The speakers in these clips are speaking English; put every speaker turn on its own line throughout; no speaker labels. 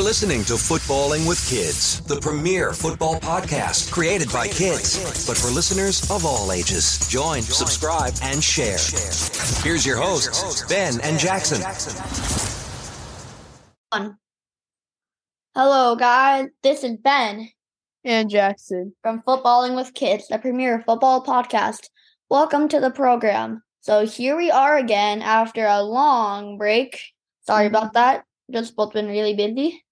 listening to Footballing with Kids, the premier football podcast created by kids, but for listeners of all ages. Join, subscribe, and share. Here's your hosts, Ben and Jackson.
One. Hello, guys. This is Ben
and Jackson.
from Footballing with Kids, the premier football podcast. Welcome to the program. So here we are again after a long break. Sorry about that. Just both been really busy.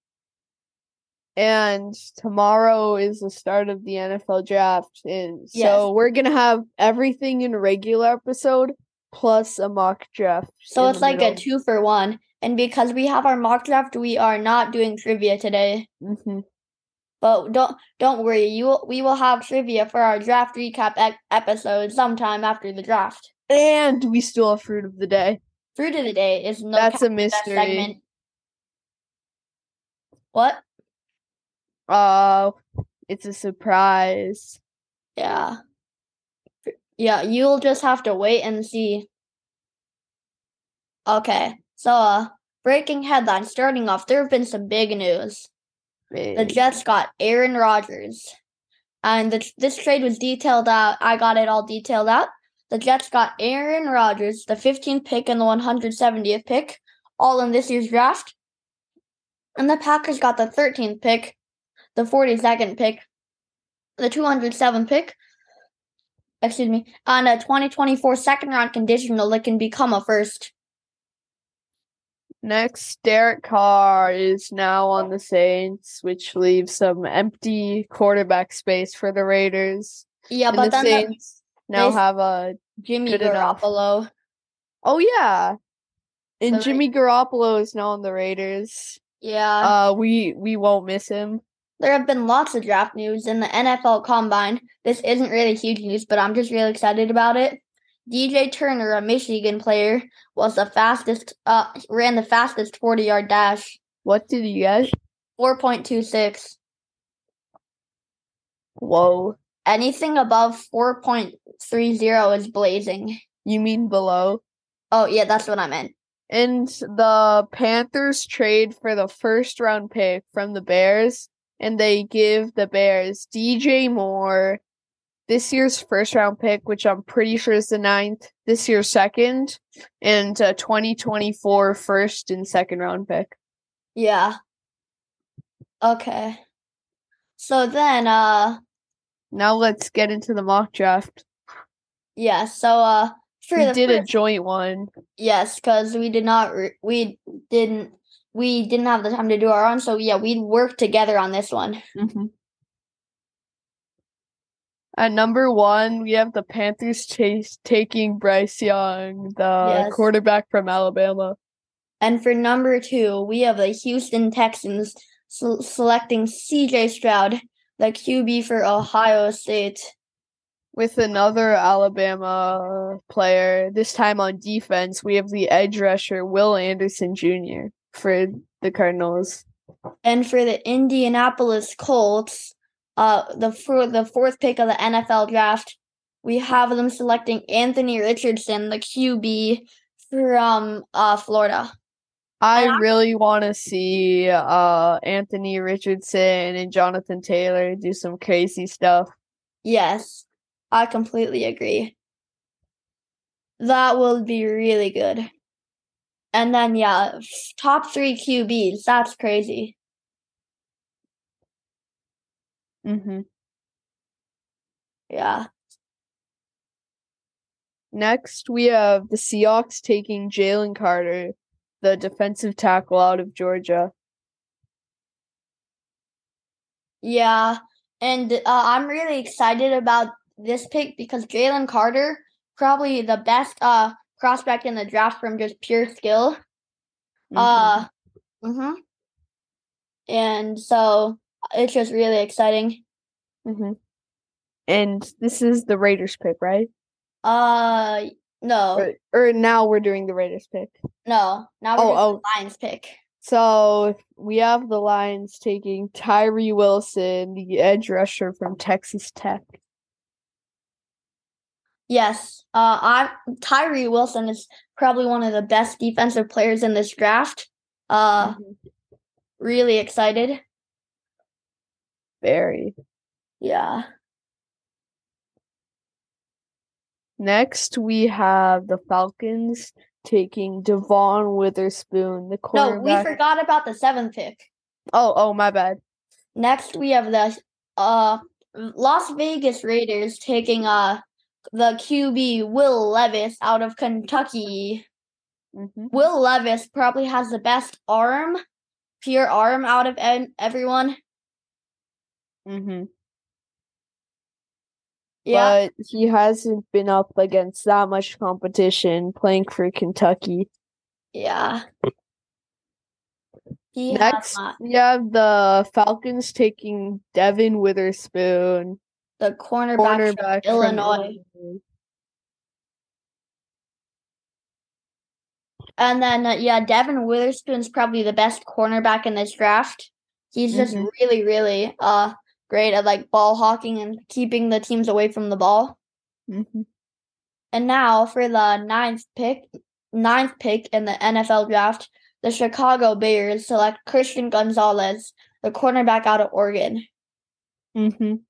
And tomorrow is the start of the NFL draft. And
Yes.
so we're going to have everything in a regular episode plus a mock draft.
So
in
it's
the
like a
middle.
two for one. And because we have our mock draft, we are not doing trivia today.
Mhm.
But don't don't worry, you will, we will have trivia for our draft recap ep- episode sometime after the draft.
And we still have fruit of the day.
Fruit of the day is no
That's a
that
mystery.
segment. What?
Uh, it's a surprise.
Yeah. F- Yeah, you'll just have to wait and see. Okay, so uh, breaking headlines starting off, there have been some big news. The
Man.
Jets got Aaron Rodgers. And the, this trade was detailed out. I got it all detailed out. The Jets got Aaron Rodgers, the 15th pick and the 170th pick, all in this year's draft. And the Packers got the 13th pick, the 42nd pick, the 207th pick, excuse me, and a 2024 second round conditional that can become a first.
Next, Derek Carr is now on the Saints, which leaves some empty quarterback space for the Raiders.
Yeah,
And
but
the
then the
Saints now
they-
have a
Jimmy
good enough.
Garoppolo.
Oh yeah. And
So,
Jimmy Garoppolo is now on the Raiders.
Yeah.
Uh we we won't miss him.
There have been lots of draft news in the NFL Combine. This isn't really huge news, but I'm just really excited about it. DJ Turner, a Michigan player, was the fastest. Uh, ran the fastest 40 yard dash,
What did you guys
4.26.
Whoa.
Anything above 4.30 is blazing.
You mean below?
Oh yeah, that's what I meant.
And the Panthers trade for the first round pick from the Bears and they give the Bears DJ Moore this year's first round pick, which I'm pretty sure is the ninth, this year's second, and a 2024 first and second round pick.
Yeah. Okay. So then, uh,
Now let's get into the mock draft.
yeah. So uh, for
we
the
did a
first-
joint one.
Yes, because we did not, re- we didn't, we didn't have the time to do our own. So yeah, we worked together on this one.
At number one, we have the Panthers chase taking Bryce Young, the
Yes.
quarterback from Alabama.
And for number two, we have the Houston Texans sel- selecting C.J. Stroud, the QB for Ohio State.
With another Alabama player, this time on defense, we have the edge rusher Will Anderson Jr. for the Cardinals.
And for the Indianapolis Colts, uh, the for the fourth pick of the NFL draft, we have them selecting Anthony Richardson, the QB from uh, Florida.
I
And I-
really want to see uh, Anthony Richardson and Jonathan Taylor do some crazy stuff.
Yes, I completely agree. That will be really good. And then, yeah, top three QBs. That's crazy.
Mm-hmm.
Yeah.
Next, we have the Seahawks taking Jalen Carter, the defensive tackle out of Georgia.
Yeah. And uh, I'm really excited about this pick because Jalen Carter, probably the best uh prospect in the draft from just pure skill.
Mm-hmm.
Uh, mhm. And so it's just really exciting.
Mhm. And this is the Raiders pick, right?
Uh, no,
Or, or now we're doing the Raiders pick.
no. Now we're
Oh,
doing the
oh.
Lions pick.
So we have the Lions taking Tyree Wilson, the edge rusher from Texas Tech.
Yes, uh, I Tyree Wilson is probably one of the best defensive players in this draft. Uh,
Mhm.
Really excited.
Very.
Yeah.
Next, we have the Falcons taking Devon Witherspoon, the
No,
cornerback.
we forgot about the seventh pick.
Oh, oh, my bad.
Next, we have the uh Las Vegas Raiders taking uh the QB Will Levis out of Kentucky.
hmm
Will Levis probably has the best arm, pure arm out of en- everyone.
hmm
Yeah,
But he hasn't been up against that much competition playing for Kentucky.
yeah. He has
Next,
not.
we have the Falcons taking Devin Witherspoon,
the cornerback, from
cornerback from
Illinois, and then uh, yeah, Devin Witherspoon's probably the best cornerback in this draft. He's just
Mhm.
really, really uh great at like ball hawking and keeping the teams away from the ball.
Mhm.
And now for the ninth pick, ninth pick in the NFL draft, the Chicago Bears select Christian Gonzalez, the cornerback out of Oregon.
Mhm.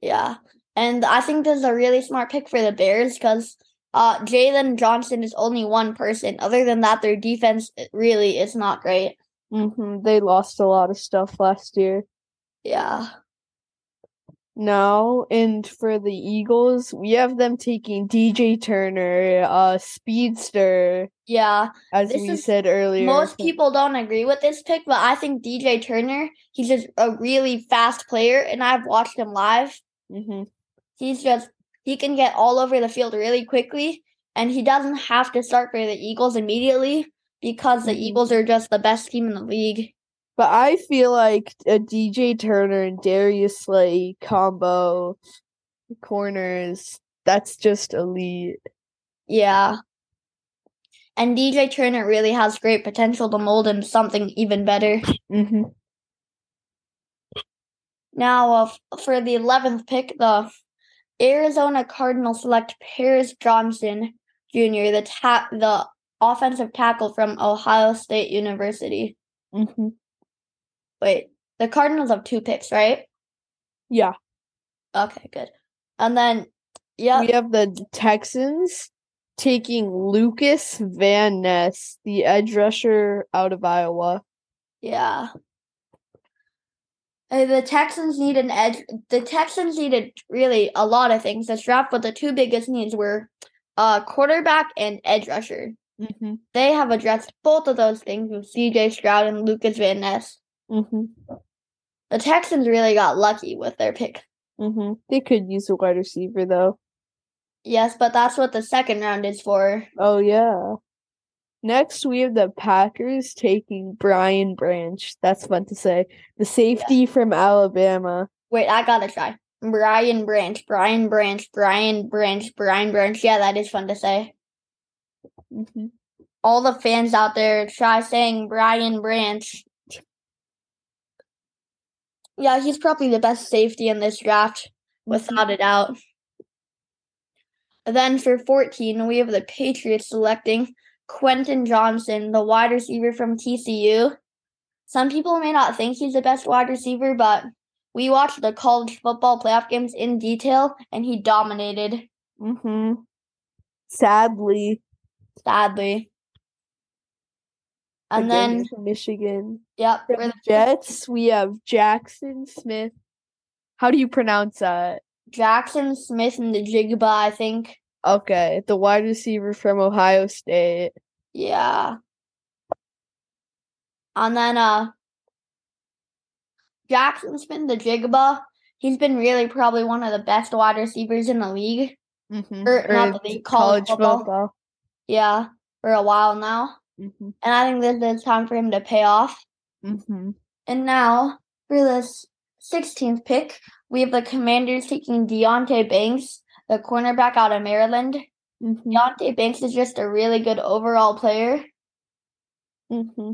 Yeah, and I think this is a really smart pick for the Bears because uh, Jalen Johnson is only one person. Other than that, their defense really is not great.
Mhm. They lost a lot of stuff last year.
Yeah,
No, and for the Eagles, we have them taking DJ Turner, uh, speedster,
yeah.
as
This
we
is-
said earlier.
Most
but-
people don't agree with this pick, but I think DJ Turner, he's just a really fast player, and I've watched him live.
Mhm.
he's just he can get all over the field really quickly and he doesn't have to start for the Eagles immediately because the
Mhm.
Eagles are just the best team in the league.
But I feel like a DJ Turner and Darius Slay combo corners. That's just elite.
Yeah. And DJ Turner really has great potential to mold into something even better.
Mm-hmm.
Now, uh, f- for the 11th pick, the Arizona Cardinals select Paris Johnson Jr., the ta- the offensive tackle from Ohio State University.
Mm-hmm.
Wait, the Cardinals have two picks, right?
Yeah,
Okay, good. And then, yeah,
we have the Texans taking Lucas Van Ness, the edge rusher out of Iowa.
yeah. Uh, The Texans need an edge. The Texans needed really a lot of things this draft, but the two biggest needs were uh quarterback and edge rusher.
Mm-hmm.
They have addressed both of those things with CJ Stroud and Lucas Van Ness.
Mm-hmm.
The Texans really got lucky with their pick.
Mm-hmm. They could use a wide receiver though.
Yes, but that's what the second round is for.
Oh yeah. Next we have the Packers taking Brian Branch. That's fun to say. The safety from Alabama.
Wait, I gotta try. Brian Branch, Brian Branch, Brian Branch, Brian Branch. Yeah, that is fun to say.
Mm-hmm.
all the fans out there try saying Brian Branch. Yeah, he's probably the best safety in this draft, without a doubt. Then for 14, we have the Patriots selecting Quentin Johnson, the wide receiver from TCU. Some people may not think he's the best wide receiver, but we watched the college football playoff games in detail, and he dominated,
Mm-hmm. Sadly.
sadly. And
again,
then,
from Michigan.
yep, for
From
the
Jets, we have Jackson Smith. How do you pronounce that?
Jackson Smith and the Jigba, I think.
Okay, the wide receiver from Ohio State.
Yeah. And then uh Jackson Smith and the Jigba, he's been really probably one of the best wide receivers in the league.
Mm-hmm.
Er, not the league, college football.
football.
Yeah. For a while now.
Mm-hmm.
And I think this is time for him to pay off.
Mm-hmm.
And now for this 16th pick, we have the Commanders taking Deontay Banks, the cornerback out of Maryland.
Mm-hmm.
Deontay Banks is just a really good overall player.
Mm-hmm.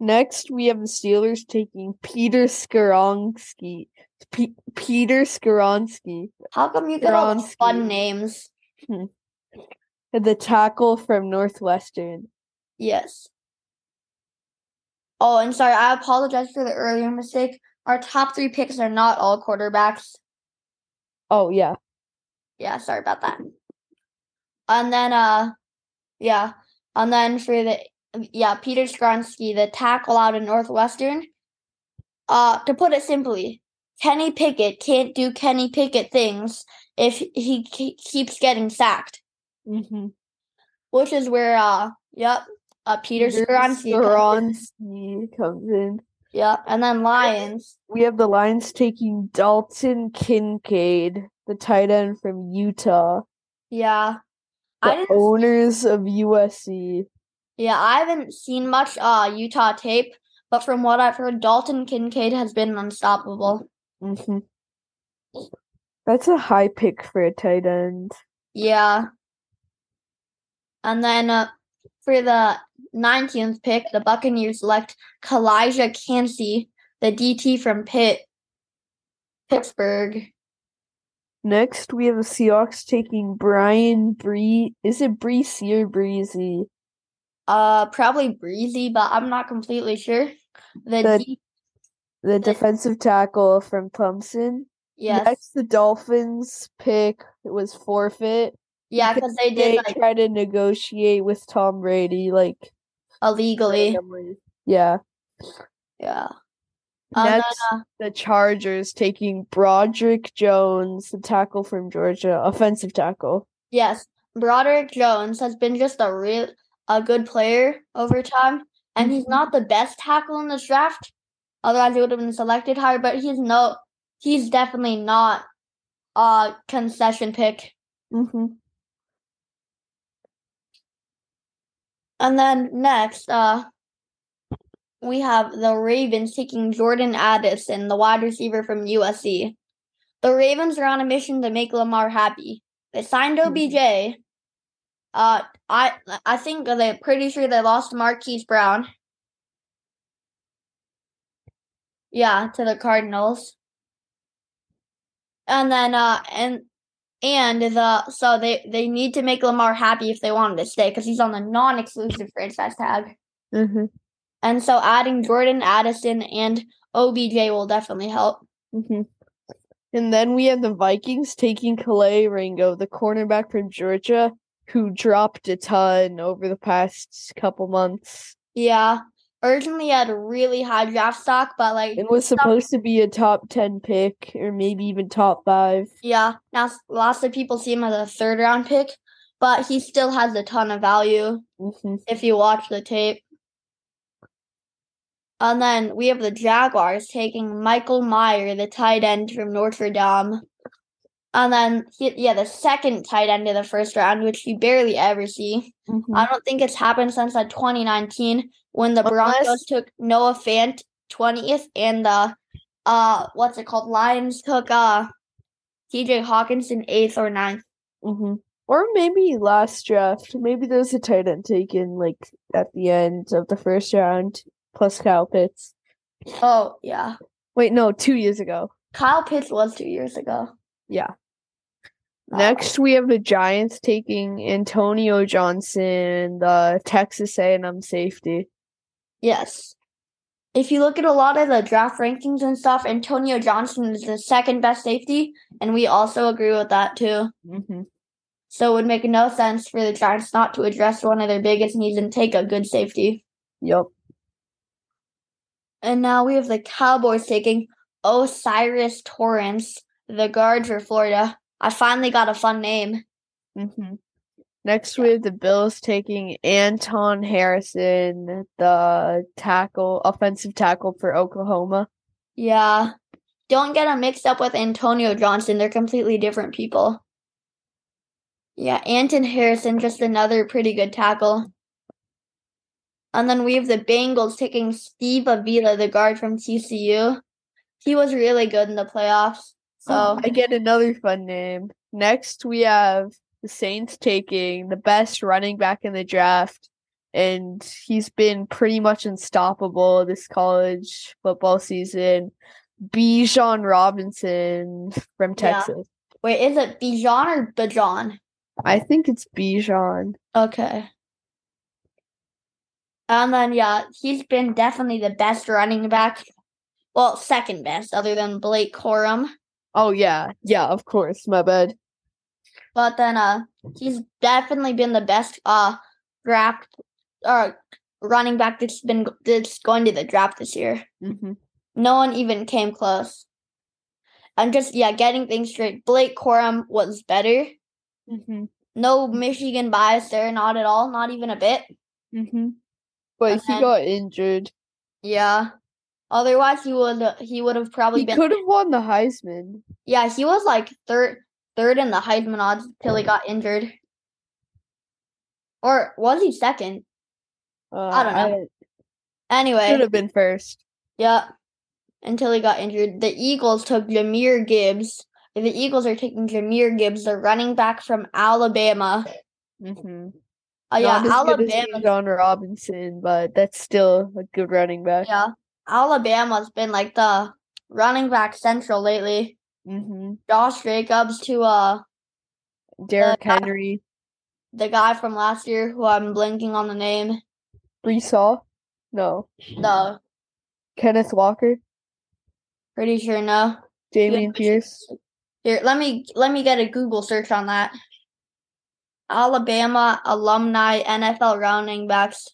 Next, we have the Steelers taking Peter Skoronsky. P- Peter Skoronsky,
How come you get all these
Skronsky.
fun names?
the tackle from Northwestern.
Yes. Oh, and sorry, I apologize for the earlier mistake. Our top three picks are not all quarterbacks.
Oh yeah.
Yeah, sorry about that. And then, uh, yeah, and then for the yeah Peter Skronsky, the tackle out of Northwestern. Uh, to put it simply, Kenny Pickett can't do Kenny Pickett things if he ke- keeps getting sacked,
Mm-hmm.
which is where uh, yep, uh, Peter Skronsky, comes in.
comes in.
yeah, and then Lions.
We have the Lions taking Dalton Kincaid, the tight end from Utah.
Yeah. I
The
didn't
owners of USC.
yeah, I haven't seen much uh Utah tape, but from what I've heard, Dalton Kincaid has been unstoppable.
hmm That's a high pick for a tight end.
Yeah. And then uh, for the 19th pick, the Buccaneers select Kalijah Cansey, the DT from Pitt, Pittsburgh.
Next, we have the Seahawks taking Brian Bree. Is it Brees or Breezy?
Uh, probably Breezy, but I'm not completely sure. The,
The-
D-
The defensive tackle from Clemson.
yes,
Next, the Dolphins pick was forfeit.
yeah, because they
They
did like
try to negotiate with Tom Brady, like
illegally.
randomly. Yeah.
Yeah. Um, And then,
Next, the Chargers taking Broderick Jones, the tackle from Georgia, offensive tackle.
Yes, Broderick Jones has been just a real a good player over time, and
Mm-hmm.
he's not the best tackle in this draft. Otherwise, he would have been selected higher. But he's no, he's definitely not a concession pick.
Mm-hmm.
And then next, uh, we have the Ravens taking Jordan Addison, the wide receiver from USC. The Ravens are on a mission to make Lamar happy. They signed OBJ. Uh, I I think they're pretty sure they lost Marquise Brown. Yeah, to the Cardinals. And then uh and and the so they they need to make Lamar happy if they want him to stay because he's on the non-exclusive franchise tag.
Mm-hmm.
And so adding Jordan Addison and OBJ will definitely help.
Mm-hmm. And then we have the Vikings taking Calais Ringo, the cornerback from Georgia, who dropped a ton over the past couple months
Yeah. Urgently had really high draft stock, but like
and was supposed to be a top 10 pick or maybe even top five.
yeah, now s- lots of people see him as a third round pick, but he still has a ton of value
Mm-hmm.
if you watch the tape. And then we have the Jaguars taking Michael Meyer, the tight end from Notre Dame. And then, he, yeah, the second tight end of the first round, which you barely ever see.
Mm-hmm.
I don't think it's happened since like 2019 when the
Unless-
Broncos took Noah Fant 20th and the uh what's it called Lions took uh TJ Hawkinson 8th or 9th.
Mm-hmm. Or maybe last draft. Maybe there's a tight end taken like at the end of the first round, plus Kyle Pitts.
Oh, yeah.
Wait, no, two years ago.
Kyle Pitts was 2 years ago.
Yeah.
Uh,
Next, we have the Giants taking Antonio Johnson, the Texas A&M safety.
Yes. If you look at a lot of the draft rankings and stuff, Antonio Johnson is the second best safety, and we also agree with that too.
Mm-hmm.
So it would make no sense for the Giants not to address one of their biggest needs and take a good safety.
Yep.
And now we have the Cowboys taking Osiris Torrance, the guard for Florida. I finally got a fun name.
Mm-hmm. Next, we have the Bills taking Anton Harrison, the tackle, offensive tackle for Oklahoma.
Yeah. Don't get them mixed up with Antonio Johnson. They're completely different people. Yeah, Anton Harrison, just another pretty good tackle. And then we have the Bengals taking Steve Avila, the guard from TCU. He was really good in the playoffs. So,
Oh, I get another fun name. Next, we have the Saints taking the best running back in the draft, and he's been pretty much unstoppable this college football season. Bijan Robinson from
Yeah.
Texas.
wait, is it Bijan or Bajan?
I think it's Bijan.
Okay. And then yeah, he's been definitely the best running back. Well, second best, other than Blake Corum.
Oh yeah, yeah, of course. My bad.
But then uh he's definitely been the best uh draft or running back that's been that's going to the draft this year.
Mm-hmm.
No one even came close. And just yeah, getting things straight. Blake Corum was better.
Mm-hmm.
No Michigan bias there, not at all, not even a bit.
Mm-hmm. But
And
he
then-
got injured.
Yeah. Otherwise, he would he would have probably
He
been
could have won the Heisman.
Yeah, he was like third third in the Heisman odds till he got injured. Or was he second?
Uh,
I don't know. Anyway,
Should have been first.
yeah. Until he got injured. The Eagles took Jameer Gibbs. The Eagles are taking Jameer Gibbs, the running back from Alabama.
Mm-hmm.
Uh, yeah, Alabama.
John Robinson, but that's still a good running back.
Yeah. Alabama's been like the running back central lately.
Mm-hmm.
Josh Jacobs to uh
Derrick
guy-
Henry,
the guy from last year who I'm blanking on the name.
Breesaw, no,
No,
Kenneth Walker,
Pretty sure no.
Damian Pierce.
Here, let me let me get a Google search on that. Alabama alumni NFL running backs.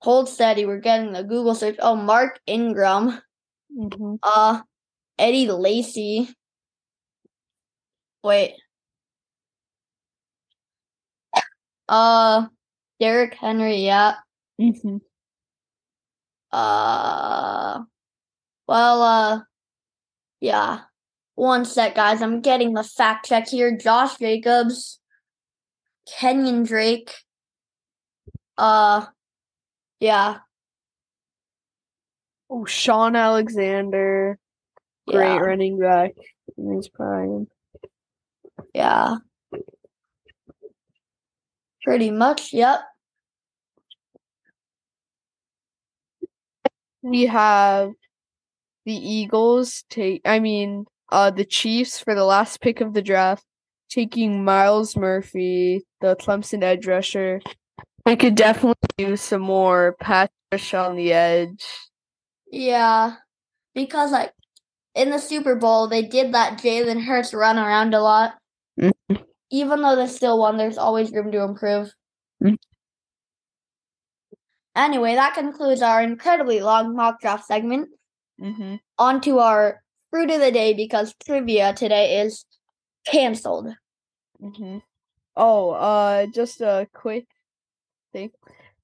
Hold steady, we're getting the Google search. Oh, Mark Ingram,
Mm-hmm.
uh, Eddie Lacy. Wait, uh, Derrick Henry, yeah.
Mm-hmm.
Uh, well, uh, yeah. One sec, guys. I'm getting the fact check here. Josh Jacobs, Kenyon Drake. Uh, yeah,
Oh, Sean Alexander, great
yeah,
running back in his prime.
yeah. Pretty much, yep.
We have the Eagles take. I mean, uh, the Chiefs for the last pick of the draft, taking Miles Murphy, the Clemson edge rusher. I could definitely do some more pass rush on the edge.
Yeah, because like in the Super Bowl, they did that Jalen Hurts run around a lot.
Mhm.
Even though they still won, there's always room to improve.
Mhm.
Anyway, that concludes our incredibly long mock draft segment.
Mm-hmm.
On to our fruit of the day because trivia today is canceled.
Mm-hmm. Oh, uh, just a quick thing.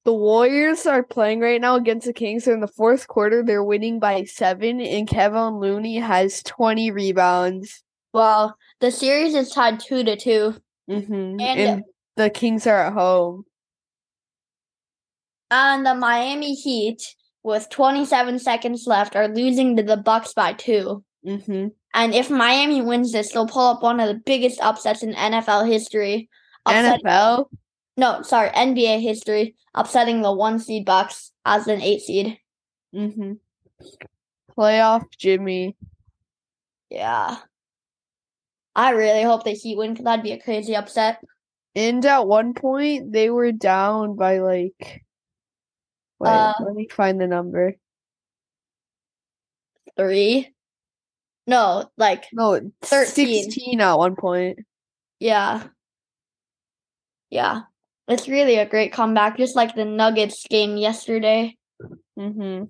The Warriors are playing right now against the Kings. They're in the fourth quarter. They're winning by seven, and Kevin Looney has 20 rebounds.
Well, the series is tied two to two.
Mm-hmm. And,
And-
the Kings are at home.
And the Miami Heat, with 27 seconds left, are losing to the Bucks by two.
Mm-hmm.
And if Miami wins this, they'll pull up one of the biggest upsets in NFL history. Upset-
NFL.
No, sorry, NBA history, upsetting the one seed Bucks as an eight seed.
Mm-hmm. Playoff Jimmy.
Yeah. I really hope the Heat win because that'd be a crazy upset.
And at one point, they were down by like. Wait,
Uh,
let me find the number.
Three. No, like,
No,
13.
16 at one point.
yeah. Yeah. It's really a great comeback, just like the Nuggets game yesterday.
Mm-hmm.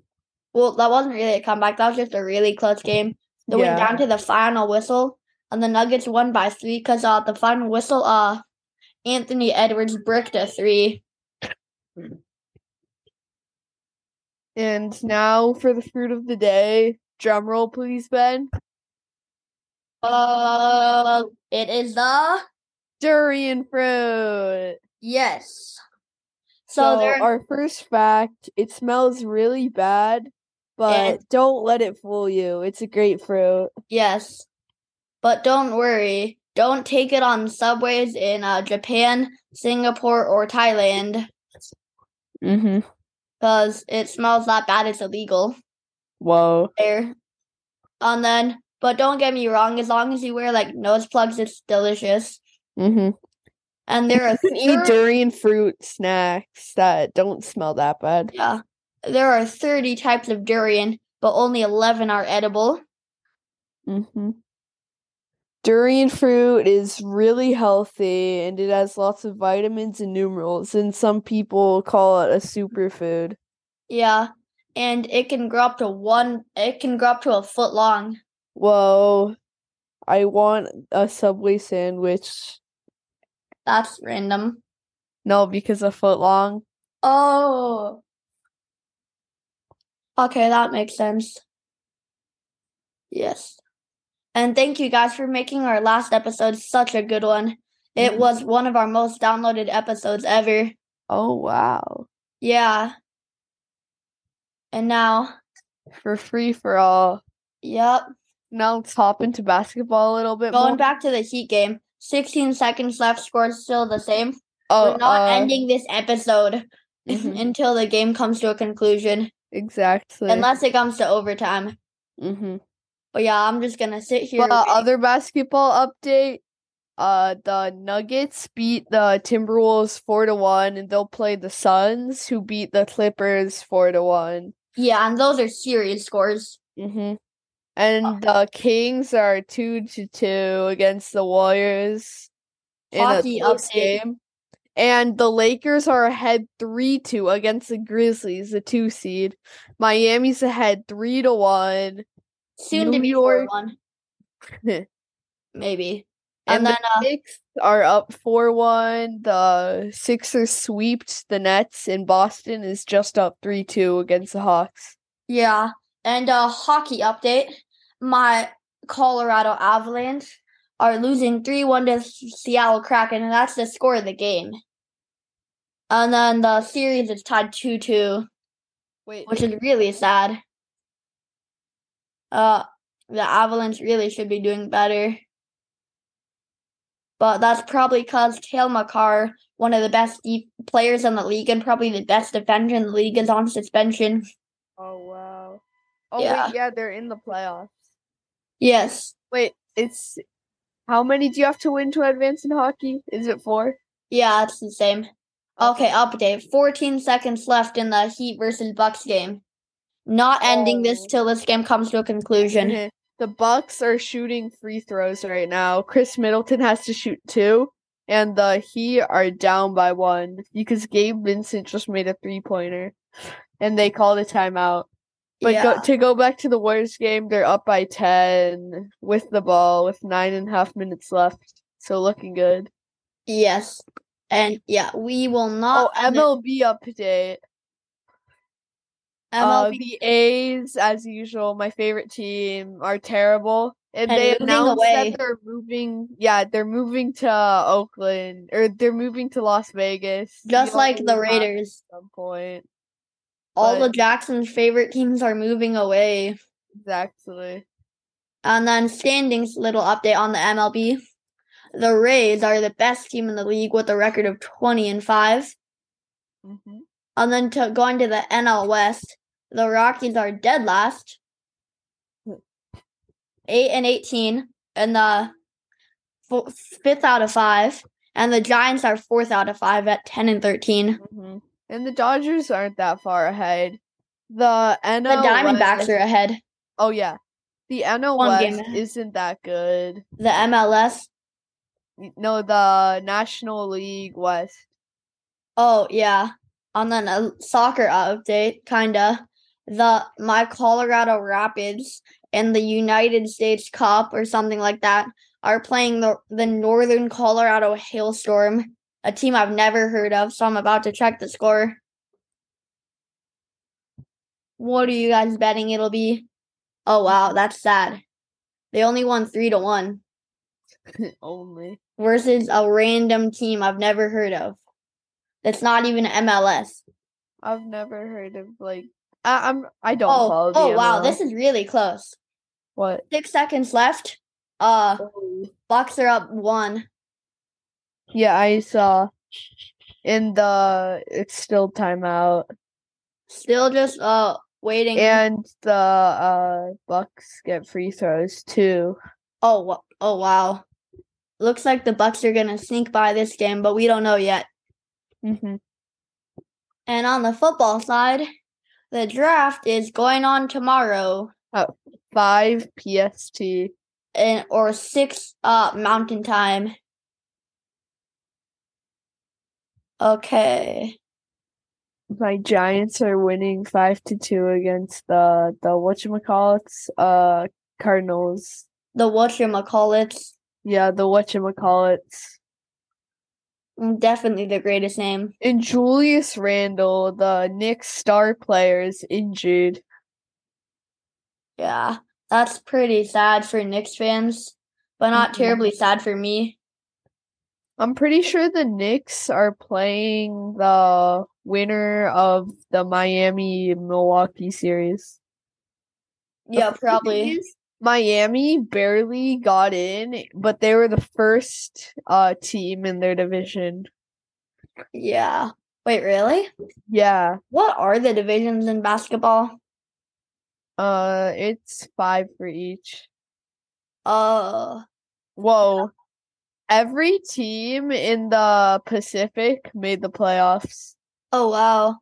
Well, that wasn't really a comeback, that was just a really close game. They went down to the final whistle, and the Nuggets won by three because uh, the final whistle, uh, Anthony Edwards bricked a three.
And now for the fruit of the day. Drum roll, please, Ben.
Uh, it is the
Durian fruit.
yes. So,
So,
there,
our first fact it smells really bad, but don't let it fool you. It's a great fruit.
yes, but don't worry. Don't take it on subways in uh, Japan, Singapore, or Thailand
Mm-hmm.
because it smells that bad. It's illegal.
Whoa.
there. And then, but don't get me wrong, as long as you wear like nose plugs, it's delicious.
Mm-hmm.
And there are
You can eat
thir-
durian fruit snacks that don't smell that bad.
yeah, there are 30 types of durian, but only 11 are edible.
hmm Durian fruit is really healthy and it has lots of vitamins and minerals, and some people call it a superfood.
Yeah, and it can grow up to one. It can grow up to a foot long.
Whoa, I want a Subway sandwich.
That's random.
No, because a foot long.
Oh. Okay, that makes sense. Yes. And thank you guys for making our last episode such a good one. It
Mhm.
was one of our most downloaded episodes ever.
Oh, wow.
Yeah. And now,
For free for all.
yep,
Now let's hop into basketball a little bit more.
going back to the Heat game. 16 seconds left, score's still the same.
oh,
We're not
uh,
ending this episode
mhm,
until the game comes to a conclusion,
exactly.
unless it comes to overtime.
hmm
But yeah, I'm just going to sit here.
But uh, other basketball update, uh, the Nuggets beat the Timberwolves four to one, and they'll play the Suns, who beat the Clippers four to one.
Yeah, and those are series scores.
Mm-hmm. And the Kings are two to two against the Warriors
Hockey
close
update.
game. And the Lakers are ahead three two against the Grizzlies, the two seed. Miami's ahead three to one.
Soon to
New
be four
York.
one.
and,
Maybe. And,
the
then uh,
Knicks are up 4 1. The Sixers sweeped the Nets, and Boston is just up 3 2 against the Hawks.
yeah. And uh hockey update. My Colorado Avalanche are losing three one to Seattle Kraken, and that's the score of the game. And then the series is tied two two.
Wait,
which is really sad. Uh, the Avalanche really should be doing better. But that's probably because Kale McCarr, one of the best de- players in the league and probably the best defender in the league, is on suspension.
oh wow. Oh,
Yeah.
wait, yeah, they're in the playoffs.
Yes.
Wait, it's how many do you have to win to advance in hockey? Is it four?
Yeah, it's the same. Okay, update. 14 seconds left in the Heat versus Bucks game. Not ending this
Oh.
till this game comes to a conclusion.
Mhm. The Bucks are shooting free throws right now. Chris Middleton has to shoot two, and the Heat are down by one because Gabe Vincent just made a three pointer, and they called a timeout. But
yeah.
go, to go back to the Warriors game, they're up by ten with the ball with nine and a half minutes left, so looking good.
yes. And yeah, we will
Oh,
not. end Uh, it-
MLB update. Uh, the A's, as usual, my favorite team, are terrible. And,
And
they
moving
announced
away.
that they're moving. Yeah, they're moving to Oakland or they're moving to Las Vegas.
Just
You'll
like the
hear that
Raiders,
At some point.
all the
but-
Jackson's favorite teams are moving away.
Exactly.
And then standings little update on the MLB. The Rays are the best team in the league with a record of 20 and 5.
hmm
And then to going to the NL West, the Rockies are dead last. 8 and 18 and the fo- fifth out of 5 and the Giants are fourth out of 5 at 10 and 13.
hmm And the Dodgers aren't that far ahead. The NL
The Diamondbacks
West-
are ahead.
Oh yeah, the NL
One game
West
ahead.
isn't that good.
The MLS
No, the National League West.
Oh yeah. And then a soccer update, kinda. The my Colorado Rapids and the United States Cup or something like that are playing the the Northern Colorado Hailstorm, a team I've never heard of, so I'm about to check the score. What are you guys betting it'll be? Oh wow, that's sad. They only won three to one
Only.
versus a random team I've never heard of. That's not even MLS.
I've never heard of like I, I'm I don't
Oh,
follow the
oh wow,
MLS.
this is really close.
what
Six seconds left. Uh Bucks are up one.
yeah I saw in the it's still timeout
Still just uh waiting.
and the uh Bucks get free throws too.
oh wa- oh wow. Looks like the Bucks are gonna sneak by this game, but we don't know yet.
Mm-hmm.
And on the football side, the draft is going on tomorrow,
Five PST.
and or six uh Mountain Time. Okay,
My Giants are winning five to two against the the whatchamacallits, uh Cardinals.
the whatchamacallits,
Yeah, the whatchamacallits.
definitely the greatest name.
And Julius Randle, the Knicks star player, is injured.
Yeah, that's pretty sad for Knicks fans, but not
Mhm.
terribly sad for me.
I'm pretty sure the Knicks are playing the winner of the Miami Milwaukee series. The
Yeah,
funny thing
probably.
is, Miami barely got in, but they were the first uh team in their division.
Yeah. Wait, really?
Yeah.
What are the divisions in basketball?
Uh it's five for each.
Oh,
Whoa. Every team in the Pacific made the playoffs.
oh wow.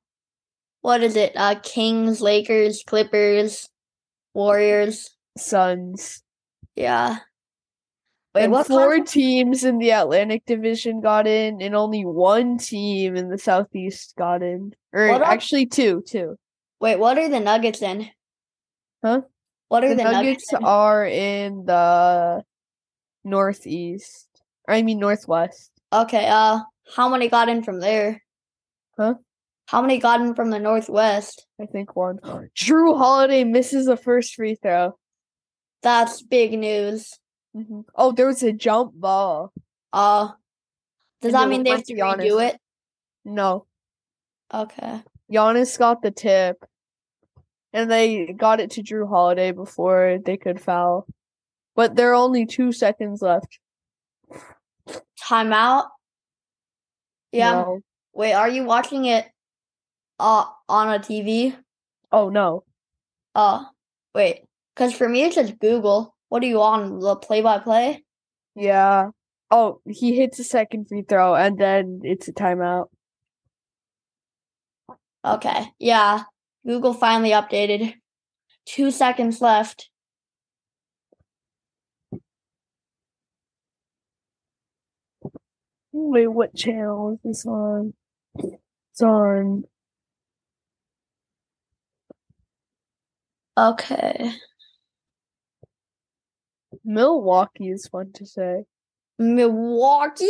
What is it? Uh, Kings, Lakers, Clippers, Warriors.
Suns.
Yeah. Wait,
and
what
four
conference?
teams in the Atlantic Division got in, and only one team in the Southeast got in. Or
What are-
actually, two, two.
Wait, what are the Nuggets in?
Huh?
What are
The
the, Nuggets?
Nuggets
in?
are in the Northeast. I mean Northwest.
Okay. Uh, how many got in from there?
Huh?
How many got in from the Northwest?
I think one. Drew Holiday misses the first free throw.
That's big news.
Mhm. Oh, there was a jump ball.
Uh, does
And
that
it
mean they have
went
to
to Giannis.
redo it?
No,
Okay.
Giannis got the tip, and they got it to Drew Holiday before they could foul. But there are only two seconds left.
Timeout. Yeah.
No.
Wait, are you watching it? Uh, on a TV.
Oh no.
Uh, wait. Because for me, it's just Google. What are you on the play-by-play?
Yeah. Oh, he hits a second free throw and then it's a timeout.
Okay. Yeah. Google finally updated. Two seconds left.
Wait, what channel is this on? It's on.
Okay.
Milwaukee is fun to say.
Milwaukee.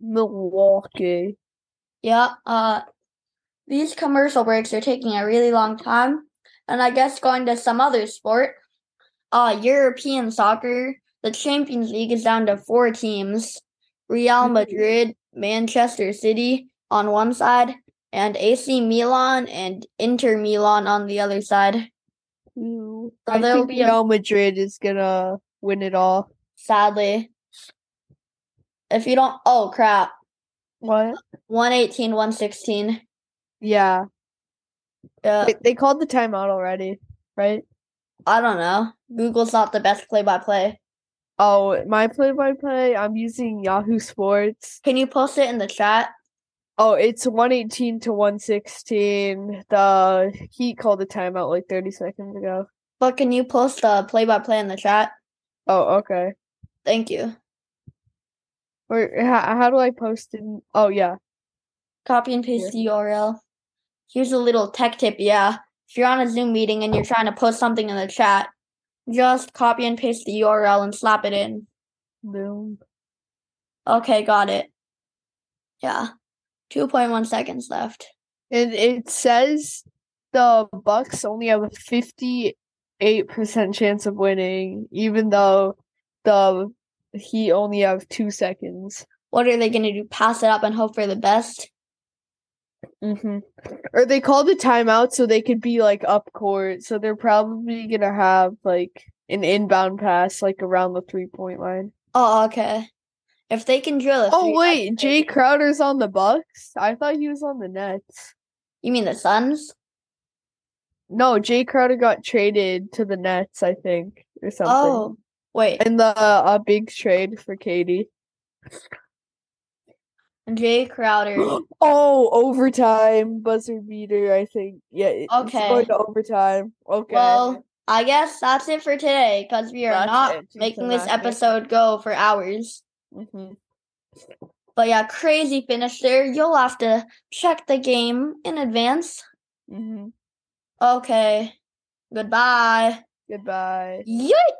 Milwaukee.
Yeah, uh these commercial breaks are taking a really long time. And I guess going to some other sport, uh European soccer, the Champions League is down to four teams. Real
Mhm.
Madrid, Manchester City on one side, and AC Milan and Inter Milan on the other side.
Ooh.
So
I
there'll
think
be a-
Real Madrid is gonna win it all.
Sadly, if you don't, oh crap,
What?
118, 116.
Yeah.
Uh,
Wait, they called the timeout already, right?
I don't know. Google's not the best play by play.
Oh, my play-by-play. I'm using Yahoo Sports.
Can you post it in the chat?
Oh, it's 118 to 116. The Heat called a timeout like 30 seconds ago.
But can you post the play by play in the chat?
Oh, okay.
Thank you.
Wait, how, how do I post it? in- Oh, yeah.
Copy and paste the URL. Here's a little tech tip. Yeah. If you're on a Zoom meeting and you're trying to post something in the chat, just copy and paste the URL and slap it in.
Boom.
Okay, got it. Yeah. 2.1 seconds left.
And it says the Bucks only have a 58% chance of winning, even though the Heat only have two seconds.
What are they going to do? Pass it up and hope for the best?
Mm-hmm. Or they called a timeout so they could be like up court. So they're probably gonna have like an inbound pass like around the three point line.
Oh, okay. If they can drill it.
Oh wait, Jay Crowder's on the Bucks. I thought he was on the Nets.
You mean the Suns?
No, Jay Crowder got traded to the Nets. I think or something.
Oh, Wait,
And the uh, a big trade for Katie.
Jay Crowder.
Oh, overtime buzzer beater. I think. Yeah. it- it's
Okay.
Going to overtime. Okay.
Well, I guess that's it for today because we are
That's
not
it. It's
making
a
this
wrap.
episode go for hours.
Mhm.
But yeah, crazy finish there. You'll have to check the game in advance.
Mhm.
Okay. Goodbye.
Goodbye.
Yeet.